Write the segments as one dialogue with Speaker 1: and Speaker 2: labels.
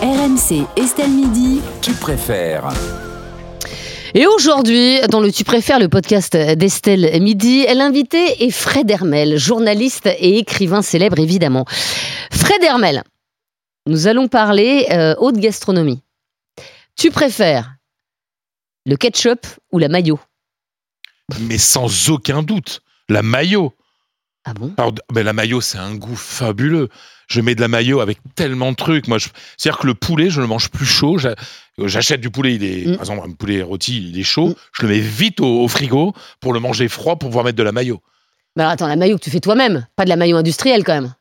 Speaker 1: RMC Estelle Midi.
Speaker 2: Tu préfères
Speaker 3: Et aujourd'hui, dans le Tu préfères, le podcast d'Estelle Midi, l'invité est Fred Hermel, journaliste et écrivain célèbre évidemment. Fred Hermel, nous allons parler euh, haute gastronomie. Tu préfères le ketchup ou la mayo
Speaker 4: mais sans aucun doute, la mayo.
Speaker 3: Ah bon
Speaker 4: Alors, ben, la mayo, c'est un goût fabuleux. Je mets de la mayo avec tellement de trucs. Moi, je- c'est-à-dire que le poulet, je le mange plus chaud. J'a- euh, J'achète du poulet, il est,
Speaker 3: Mm.
Speaker 4: par exemple, un poulet rôti, il est chaud.
Speaker 3: Mm.
Speaker 4: Je le mets vite au, au frigo pour le manger froid pour pouvoir mettre de la mayo.
Speaker 3: Mais alors, attends, la mayo que tu fais toi-même, pas de la mayo industrielle quand même.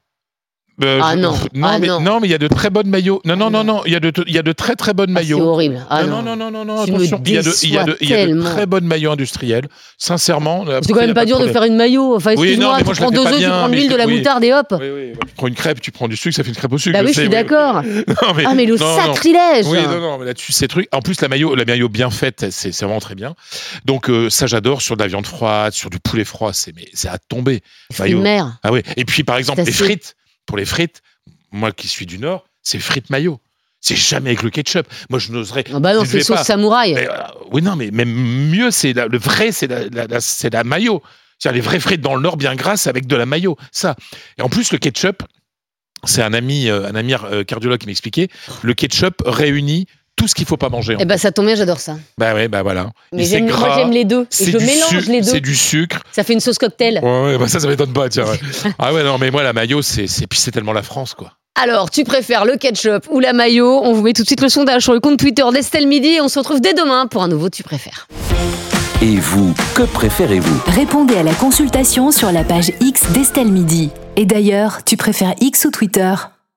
Speaker 4: Euh,
Speaker 3: Ah non.
Speaker 4: pff, non,
Speaker 3: Ah
Speaker 4: mais,
Speaker 3: non.
Speaker 4: non, mais il y a de très bonnes maillots. Non, non,
Speaker 3: Ah
Speaker 4: non, non, il y a de, il y a de très très bonnes
Speaker 3: Ah, c'est
Speaker 4: maillots.
Speaker 3: horrible. Ah
Speaker 4: non, non, non, non, non,
Speaker 3: Tu me
Speaker 4: attention. Il y a de, il y a de- il y a de
Speaker 3: déçois
Speaker 4: très bonnes maillots industriels. Sincèrement,
Speaker 3: C'est quand même pas dur de faire une mayo. Enfin,
Speaker 4: Oui,
Speaker 3: excuse-moi,
Speaker 4: non, mais moi,
Speaker 3: tu
Speaker 4: je la
Speaker 3: prends
Speaker 4: fais
Speaker 3: deux
Speaker 4: pas
Speaker 3: œufs, tu
Speaker 4: bien,
Speaker 3: prends de
Speaker 4: mais
Speaker 3: l'huile,
Speaker 4: je-
Speaker 3: de la
Speaker 4: oui.
Speaker 3: moutarde et hop.
Speaker 4: Tu prends une crêpe, tu prends du sucre, ça fait une crêpe au sucre.
Speaker 3: Bah oui, je
Speaker 4: sais,
Speaker 3: suis d'accord.
Speaker 4: Non, mais-
Speaker 3: Ah, mais le
Speaker 4: non, non.
Speaker 3: sacrilège
Speaker 4: Oui, non, non, mais là-dessus, ces trucs. En plus, la maillot, la maillot bien faite, c'est c'est vraiment très bien. Donc, euh, ça, j'adore sur de la viande froide, sur du poulet froid, c'est mais c'est à tomber.
Speaker 3: Fruits de
Speaker 4: Mayo.
Speaker 3: mer.
Speaker 4: Ah oui. Et puis, par exemple, les
Speaker 3: assez-
Speaker 4: frites. Pour les frites, moi qui suis du Nord, c'est frites maillot. C'est jamais avec le ketchup. Moi, je n'oserais.
Speaker 3: Ah bah non,
Speaker 4: je vais
Speaker 3: c'est sauce
Speaker 4: pas.
Speaker 3: samouraï.
Speaker 4: Mais, euh, oui, non, mais même mieux, c'est la- le vrai, c'est la, la- la- c'est la mayo. C'est-à-dire les vraies frites dans le Nord bien grasses avec de la mayo. Ça. Et en plus, le ketchup, c'est un ami, euh, un ami euh, cardiologue qui m'expliquait, le ketchup réunit tout ce qu'il faut pas manger. en
Speaker 3: Eh ben, ça tombe bien, j'adore ça.
Speaker 4: bah ouais, bah voilà.
Speaker 3: Mais
Speaker 4: Et c'est
Speaker 3: j'aime- moi,
Speaker 4: gras,
Speaker 3: j'aime les deux. Et
Speaker 4: C'est
Speaker 3: je
Speaker 4: du
Speaker 3: mélange
Speaker 4: sucre,
Speaker 3: les deux.
Speaker 4: C'est du sucre.
Speaker 3: Ça fait une sauce cocktail.
Speaker 4: Ouais, ouais, bah ça, ça m'étonne pas, tiens. ouais. ah ouais, non, mais moi, la mayo, c'est, c'est, puis c'est tellement la France, quoi.
Speaker 3: Alors, tu préfères le ketchup ou la mayo On vous met tout de suite le sondage sur le compte Twitter d'Estelle Midi et on se retrouve dès demain pour un nouveau Tu préfères.
Speaker 2: Et vous, que préférez-vous
Speaker 1: Répondez à la consultation sur la page X d'Estelle Midi. Et d'ailleurs, tu préfères X ou Twitter